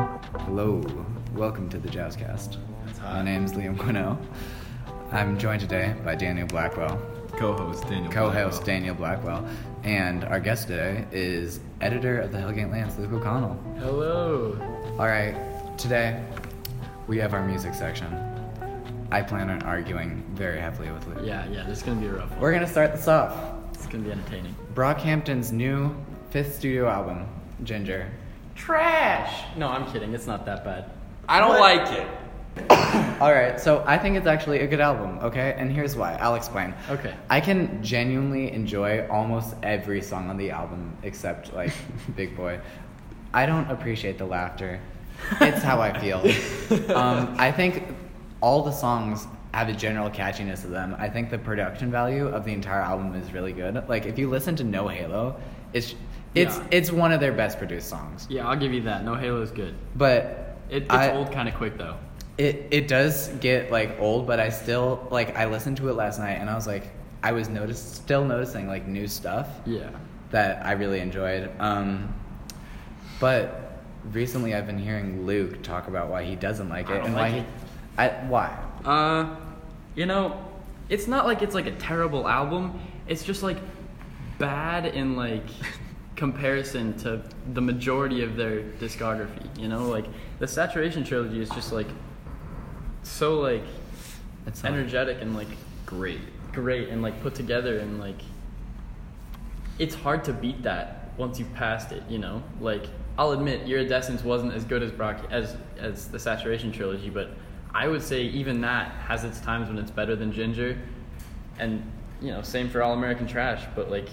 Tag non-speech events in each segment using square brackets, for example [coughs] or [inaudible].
Hello, welcome to the Jazzcast. Hi. My name's Liam Quinnell. I'm joined today by Daniel Blackwell, Co-host Daniel. co-host Blackwell. Daniel Blackwell, and our guest today is editor of the Hellgate Lance, Luke O'Connell. Hello. All right, today we have our music section. I plan on arguing very heavily with Luke. Yeah, yeah, this is gonna be a rough one. We're gonna start this off. It's gonna be entertaining. Brockhampton's new fifth studio album, Ginger. Trash! No, I'm kidding, it's not that bad. I don't like it. All right, so I think it's actually a good album, okay? And here's why. I'll explain. Okay. I can genuinely enjoy almost every song on the album except [laughs] like Big Boy. I don't appreciate the [laughs] laughter. It's how I feel. um, I think all the songs have a general catchiness to them. I think the production value of the entire album is really good. Like if you listen to No Halo, it's it's Yeah. it's one of their best produced songs. Yeah, I'll give you that. No Halo's good. But It gets I- old kinda quick though. it it does get like old, but I still like I listened to it last night and I was like I was notice still noticing like new stuff Yeah. that I really enjoyed. Um, but recently I've been hearing Luke talk about why he doesn't like it don't and like why it. he, I why Uh, you know, it's not like it's like a terrible album. It's just like bad in like comparison to the majority of their discography. You know, like the Saturation trilogy is just like so like It's not- energetic and like Great. great and like put together and like it's hard to beat that once you've passed it. You know, like I'll admit, Iridescence wasn't as good as Brock as as the Saturation trilogy, but I would say even that has its times when it's better than Ginger, and you know, same for All American Trash. But like,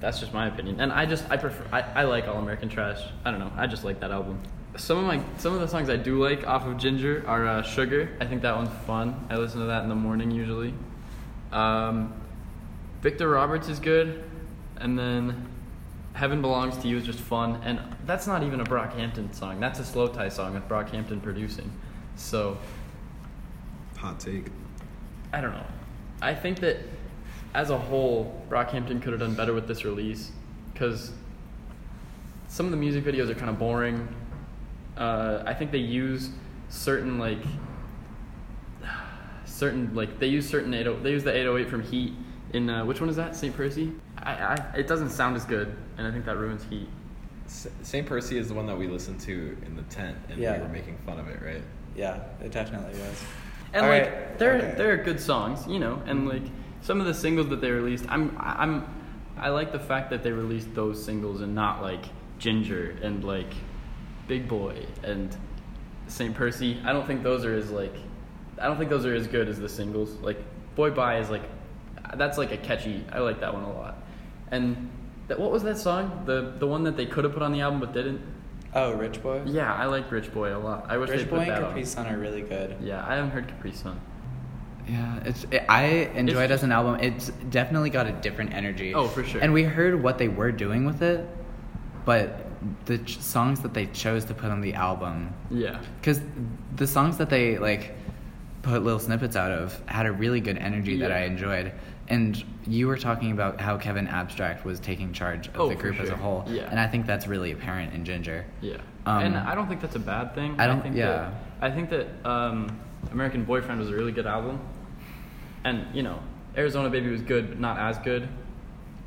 that's just my opinion, and I just I prefer I, I like All American Trash. I don't know, I just like that album. Some of my some of the songs I do like off of Ginger are uh, Sugar. I think that one's fun. I listen to that in the morning usually. Um, Victor Roberts is good, and then Heaven Belongs to You is just fun, and that's not even a Brockhampton song. That's a Slow Tie song with Brockhampton producing. So Hot take. I don't know. I think that as a whole, Brockhampton could have done better with this release because some of the music videos are kind of boring. Uh, I think they use certain like [sighs] certain like they use certain 80, they use the 808 from Heat in uh, which one is that St. Percy? I, I it doesn't sound as good, and I think that ruins Heat. St. Percy is the one that we listened to in the tent, and Yeah. we were making fun of it, right? yeah it definitely was And All like right, there okay. there are good songs, you know, and like some of the singles that they released, I'm I- I'm I like the fact that they released those singles and not like Ginger and like Big Boy and St. Percy. I don't think those are as like I don't think those are as good as the singles. Like Boy Bye is like that's like a catchy. I like that one a lot. And that what was that song? The the one that they could have put on the album but didn't. oh Rich Boy Yeah, I like Rich Boy a lot. I wish they put that on. Sun are really good Yeah, I haven't heard Capri Sun. Yeah, it's it, I enjoy it It's- as an album. It's definitely got a different energy. Oh, for sure. And we heard what they were doing with it, but the ch- songs that they chose to put on the album, Yeah. because the songs that they like put little snippets out of had a really good energy that Yeah. I enjoyed. And you were talking about how Kevin Abstract was taking charge of Oh, the for group as a sure. whole, Yeah. and I think that's really apparent in Ginger. Yeah. Um, and I don't think that's a bad thing. I don't- think yeah. That, I think that um, American Boyfriend was a really good album. And, you know, Arizona Baby was good, but not as good.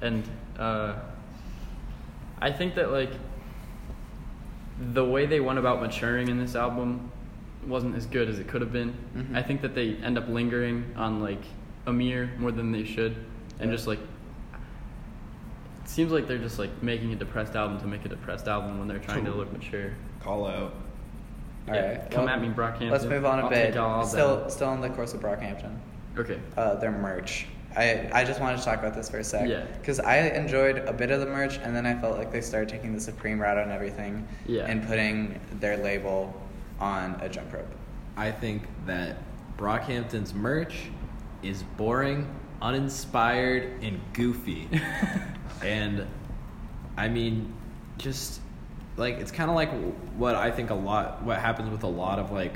And uh, I think that, like, the way they went about maturing in this album wasn't as good as it could have been. Mhm. I think that they end up lingering on, like, Amir more than they should. And Yeah. just, like, it seems like they're just, like, making a depressed album to make a depressed album when they're trying to look mature. Call out. All Yeah, right, come at me, Brockhampton. Let's move on a I'll bit. take y'all all still, down. still on the course of Brockhampton. Okay. uh, their merch. I, I just wanted to talk about this for a sec. Yeah. Because I enjoyed a bit of the merch, and then I felt like they started taking the Supreme route on everything Yeah. and putting their label on a jump rope. I think that Brockhampton's merch is boring, uninspired, and [laughs] goofy. and I mean, just like it's kind of like what I think a lot, what happens with a lot of like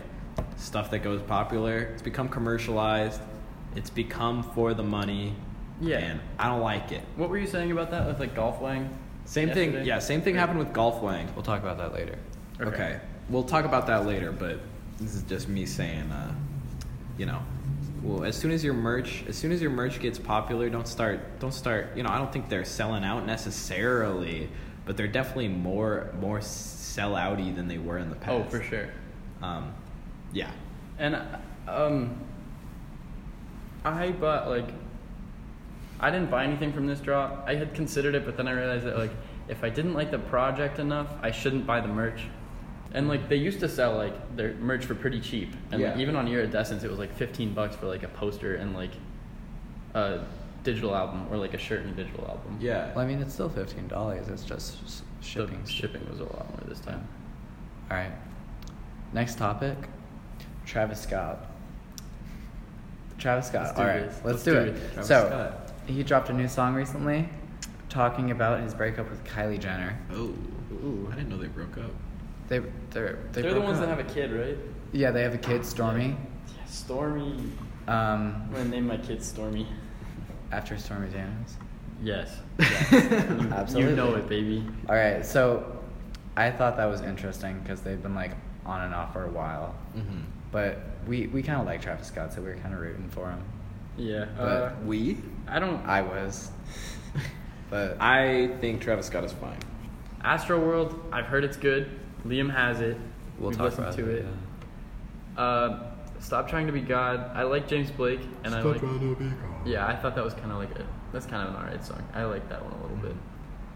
stuff that goes popular. It's become commercialized. It's become for the money. Yeah. And I don't like it. What were you saying about that with like golf wang? Same Yesterday? thing. Yeah. Same thing happened with Golf Wang. We'll talk about that later. Okay. Okay. we'll talk about that later, but this is just me saying, uh, you know, well, as soon as your merch, as soon as your merch gets popular, don't start, don't start. You know, I don't think they're selling out necessarily, but they're definitely more more sellouty than they were in the past. Oh, for sure. Um, yeah, And um, I bought like I didn't buy anything from this drop. I had considered it, but then I realized that like if I didn't like the project enough, I shouldn't buy the merch. And like they used to sell like their merch for pretty cheap, and like, Yeah. even on Iridescence, it was like fifteen bucks for like a poster and like a digital album or like a shirt and a digital album. yeah. Well, I mean, it's still fifteen dollars. It's just s- The shipping. shipping was a lot more this time. All right. Next topic, Travis Scott. Travis Scott. Let's do All right, this. let's, Let's do, do it. it. Travis so Scott. he dropped a new song recently, talking about his breakup with Kylie Jenner. oh, I didn't know they broke up. They they're they They are the broke ones up. that have a kid, right? yeah they have a kid Stormy. Stormy. I'm Um, gonna name my kid Stormy. after Stormy [laughs] Daniels. [laughs] Yes. Absolutely. You know it, baby. All right, so I thought that was interesting because they've been like on and off for a while, Mm-hmm. but we we kind of like Travis Scott, so we were kind of rooting for him. Yeah. But- Uh, We? I don't. I [laughs] was, but I think Travis Scott is fine. Astro World. I've heard it's good. Liam has it. we'll We've talk listened about to it. yeah. Uh, Stop trying to be God. I like James Blake, and I like. Yeah, I thought that was kind of like a. That's kind of an alright song. I like that one a little bit.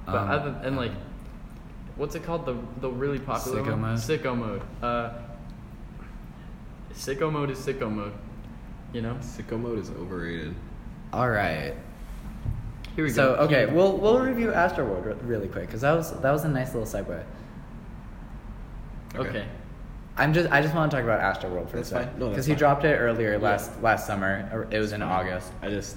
But Um, other and like, what's it called? The the really popular Sicko one? Mode? Sicko mode. Uh, sicko mode is sicko mode. You know. Sicko mode is overrated. All right. Here we so go. okay, Keep- we'll we'll review Astroworld re- really quick because that was that was a nice little segue. Okay. Okay. I'm just I just want to talk about Astroworld for That's a second fine. No, that's he fine. dropped it earlier Yeah. last last summer. or It was in August. I just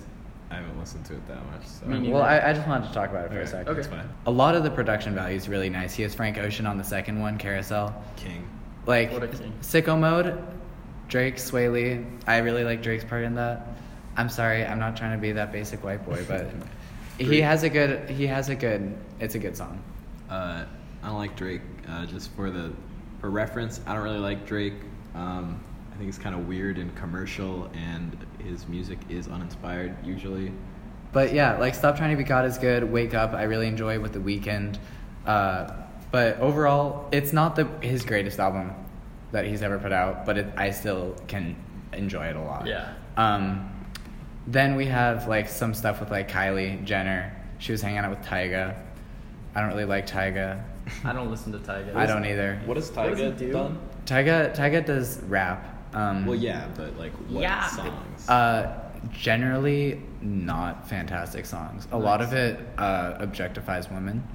I haven't listened to it that much. So. Me neither. Well, I, I just wanted to talk about it for Okay, a second. That's Okay. fine. A lot of the production value is really nice. He has Frank Ocean on the second one, Carousel. King. Like What a king. Sicko Mode, Drake, Sway Lee. I really like Drake's part in that. I'm sorry, I'm not trying to be that basic white boy, [laughs] but he Drake. has a good. He has a good. It's a good song. Uh, I don't like Drake. Uh, just for the for reference, I don't really like Drake. Um, I think he's kind of weird and commercial, and his music is uninspired usually. But yeah, like Stop Trying to Be God is good. Wake Up, I really enjoy with the weekend. Uh, but overall, it's not the his greatest album that he's ever put out, but it, I still can enjoy it a lot. Yeah. Um, then we have like some stuff with like Kylie Jenner. She was hanging out with Tyga. I don't really like Tyga. [laughs] I don't listen to Tyga. I don't either. What has What does he Tyga do? done? Tyga Tyga does rap. Um, Well, yeah, but like what Yeah. songs? Uh, generally, not fantastic songs. A lot of Nice. it uh, objectifies women,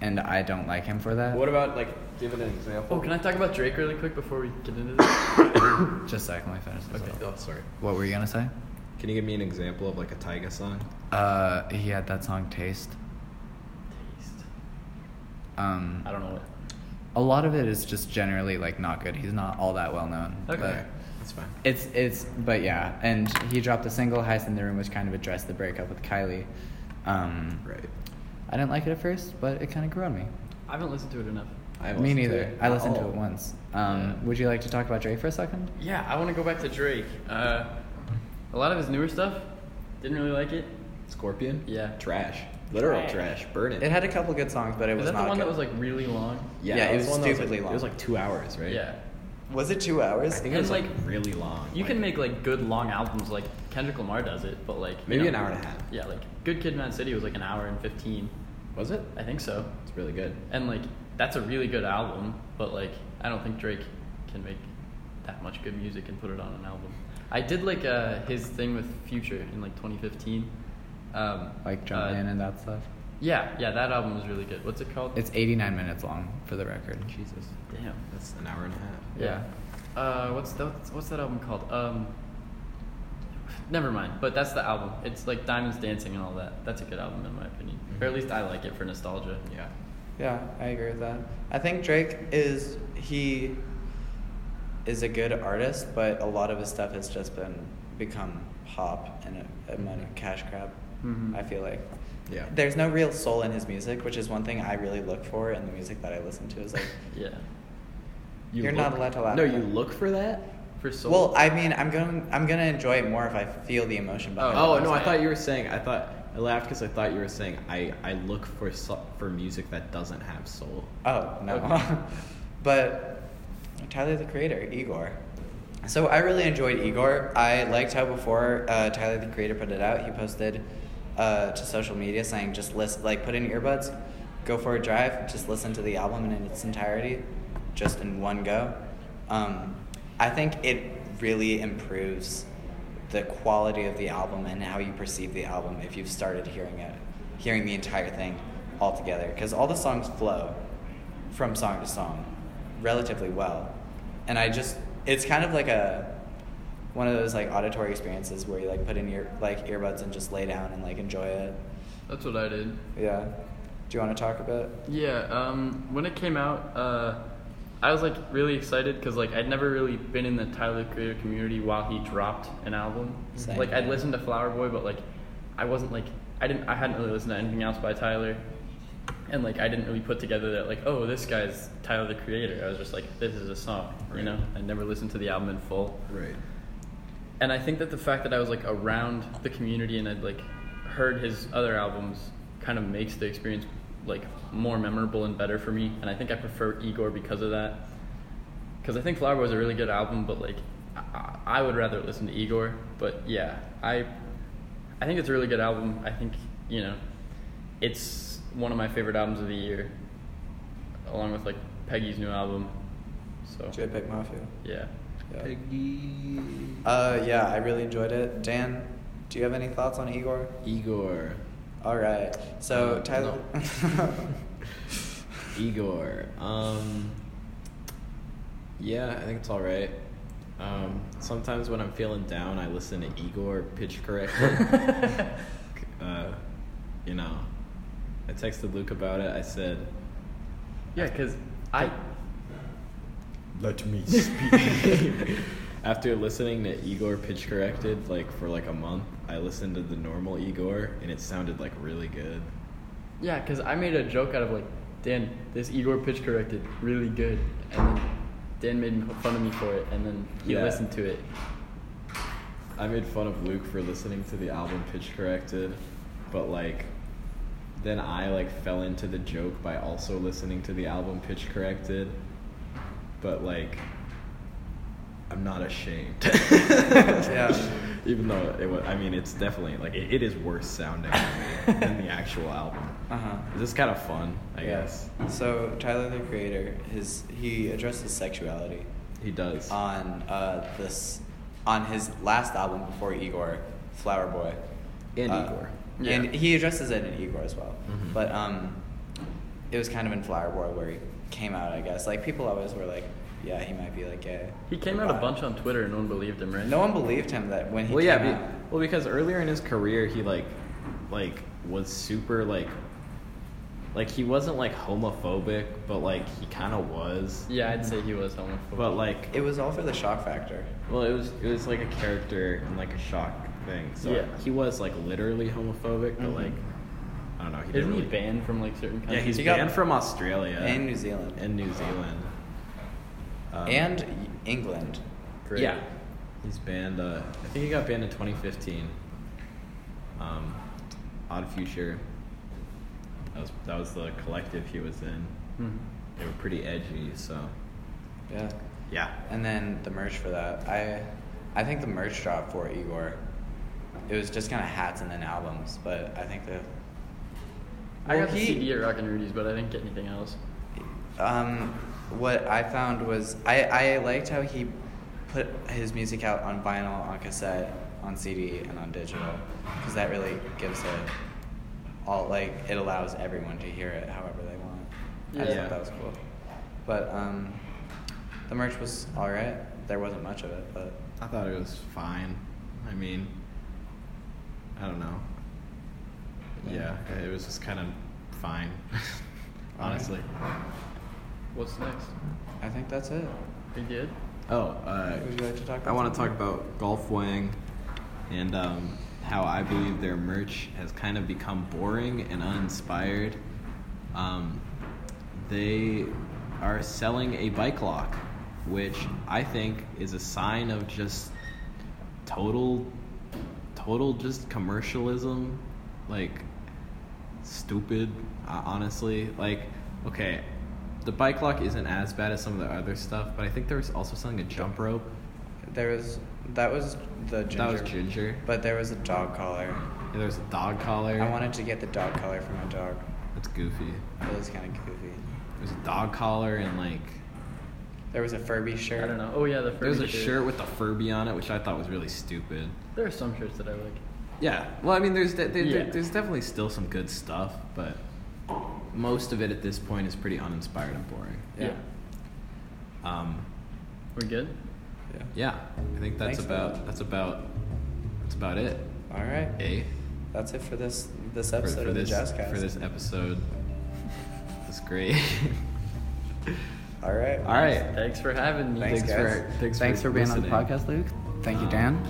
and I don't like him for that. about like giving an example? Oh, can I talk about Drake really quick before we get into this? Just a second, let me finish. This okay. Oh, sorry. What were you gonna say? Can you give me an example of like a Tyga song? Uh, he had that song "Taste." [coughs] Taste. Um, I don't know what. a lot of it is just generally like not good. He's not all that well known. Okay. but that's fine. It's it's but yeah, and he dropped a single "Heist in the Room," which kind of addressed the breakup with Kylie. Um, Right. I didn't like it at first, but it kind of grew on me. I haven't listened to it enough. I haven't Me listened to neither. it Oh. I at listened to all. it once. Um, Yeah. Would you like to talk about Drake for a second? Yeah, I want to go back to Drake. Uh, a lot of his newer stuff, didn't really like it. Scorpion. Yeah. Trash. Literal Trash. trash. Burn it. It had a couple good songs, but it Is was that not the one that good. was like really long? yeah, that it was the one that stupidly like- long. It was like two hours, right? Yeah. Was it two hours? I think And, it was like, like, really long. You like, can make like good long albums, like Kendrick Lamar does it, but like you Maybe know- an hour and a half. Yeah, like Good Kid, Man City was like an hour and fifteen, Was it? I think so. It's really good. And like that's a really good album, but like I don't think Drake can make that much good music and put it on an album. I did like uh, his thing with Future in like 2015. Um, like Jumpman uh, and that stuff. Yeah, yeah, that album was really good. What's it called? It's 89 minutes long, for the record. Jesus. damn. That's an hour and a half. Yeah. Uh, what's that? What's that album called? Um, never mind. But that's the album. It's like Diamonds Dancing and all that. That's a good album in my opinion, or Mm-hmm. at least I like it for nostalgia. Yeah. Yeah, I agree with that. I think Drake is he is a good artist, but a lot of his stuff has just been become pop and a, a money cash grab. Mhm. I feel like. Yeah. There's no real soul in his music, which is one thing I really look for in the music that I listen to. Is like Yeah. You You're not allowed to laugh No, at you that. look for that. for soul. Well, I mean, I'm going. I'm gonna enjoy it more if I feel the emotion behind. Oh, it. no, I sorry. thought you were saying. I thought I laughed because I thought you were saying I I look for so- for music that doesn't have soul. Oh no. Okay. [laughs] but Tyler the Creator, Igor. So I really enjoyed Igor. I liked how before uh, Tyler the Creator put it out, he posted uh, to social media saying just listen, like put in earbuds, go for a drive, just listen to the album in its entirety, just in one go. Um, I think it really improves the quality of the album and how you perceive the album if you've started hearing it, hearing the entire thing all together. Because all the songs flow from song to song relatively well. And I just, it's kind of like a, one of those like auditory experiences where you like put in your like earbuds and just lay down and like enjoy it. That's what I did. Yeah. Do you want to talk about? Yeah, um, when it came out, uh, I was like really excited because like I'd never really been in the Tyler the Creator community while he dropped an album. Same. Like I'd listened to Flower Boy, but like I wasn't like I didn't I hadn't really listened to anything else by Tyler, and like I didn't really put together that like oh this guy's Tyler the Creator. I was just like this is a song, you Right. know. I never listened to the album in full. Right. And I think that the fact that I was like around the community and I'd like heard his other albums kind of makes the experience like more memorable and better for me. And I think I prefer Igor because of that. Because I think Flower was a really good album, but like I- I, I would rather listen to Igor. But yeah, I I think it's a really good album. I think you know it's one of my favorite albums of the year, along with like Peggy's new album. So JPEG Mafia. yeah. Yeah. Peggy. Uh, yeah, I really enjoyed it. Dan, do you have any thoughts on Igor? Igor. All right. So Uh, Tyler. [laughs] [laughs] Igor. Um, yeah, I think it's all right. Um, sometimes when I'm feeling down, I listen to Igor pitch [laughs] corrected. uh, you know, I texted Luke about it. I said, Yeah, because I "Let [laughs] me speak." After listening to Igor pitch corrected like for like a month, I listened to the normal Igor, and it sounded like really good. yeah, because I made a joke out of like, Dan, this Igor pitch corrected really good, and then Dan made fun of me for it, and then he Yeah. listened to [laughs] it. I made fun of Luke for listening to the album pitch corrected, but like then I like fell into the joke by also listening to the album pitch corrected. But like I'm not ashamed. [laughs] Yeah. Even though it was, I mean, it's definitely like it, it is worse sounding to me than the actual album. Uh huh. This is kind of fun, I guess. So Tyler the Creator, his he addresses sexuality He does. on uh, this on his last album before Igor, Flower Boy, And Uh, Igor. and Yeah. he addresses it in Igor as well. Mhm. But um, it was kind of in Flower Boy where he came out. I guess like people always were like, yeah, he might be like gay. He came or out a bi. bunch on Twitter, and no one believed him, right? No one believed him that when he well, came yeah, out. be, well, because earlier in his career, he like, like was super like, like he wasn't like homophobic, but like he kind of was. Yeah, I'd say he was homophobic. But like, It was all for the shock factor. well, it was it was like a character and like a shock thing. So Yeah. he was like literally homophobic, but Mhm. like, I don't know. He isn't didn't he really- banned from like certain Yeah, countries? he's He got- banned from Australia And New Zealand. and New Zealand. Um, and England. Great. Yeah. He's banned, uh, I think he got banned in 2015. Um, Odd Future. That was, that was the collective he was in. Mhm. They were pretty edgy, so. Yeah. Yeah. And then the merch for that, I, I think the merch drop for Igor, it was just kind of hats and then albums. But I think the, I Well, got he- the CD at Rockin' Rudy's, but I didn't get anything else. um, what I found was I I liked how he put his music out on vinyl, on cassette, on CD, and on digital, because that really gives it all like it allows everyone to hear it however they want. I just Yeah. thought that was cool. But um, the merch was all right. There wasn't much of it, but. I thought it was fine. I mean, I don't know. Yeah, it was just kind of fine, [laughs] honestly. What's next? I think that's it. We did. Oh, uh, Would you like to talk about I want to something? talk about Golf Wang and um, how I believe their merch has kind of become boring and uninspired. Um, they are selling a bike lock which I think is a sign of just total, total just commercialism, like stupid, uh, honestly. Like, okay, the bike lock isn't as bad as some of the other stuff, but I think there was also something a jump rope. There was that was the ginger. That was ginger. But there was a dog collar. And there was a dog collar. I wanted to get the dog collar for my dog. That's goofy. It was kind of goofy. There's a dog collar and like There was a Furby shirt. I don't know. Oh yeah, the There's a Furby shirt with the Furby on it, which I thought was really stupid. There are some shirts that I like. Yeah. Well, I mean, there's de- there, there- Yeah. there's definitely still some good stuff, but most of it at this point is pretty uninspired and boring. Yeah. Um, We're good. Yeah. yeah, I think that's Thanks for about that. that's about that's about it. All right. Eh? That's it for this this For- episode for, of this the Jazzcast. for this [laughs] episode. That's great. [laughs] All right. All right. Thanks for having me. Thanks, Thanks guys. for- thanks for being on the listening. Um, podcast, Luke. Thank you, Dan.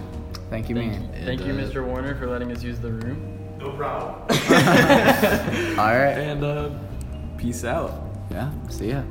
Thank you, Thank, me. thank you, And, uh, Mr. Warner, for letting us use the room. All right. And uh, peace out. Yeah. See ya.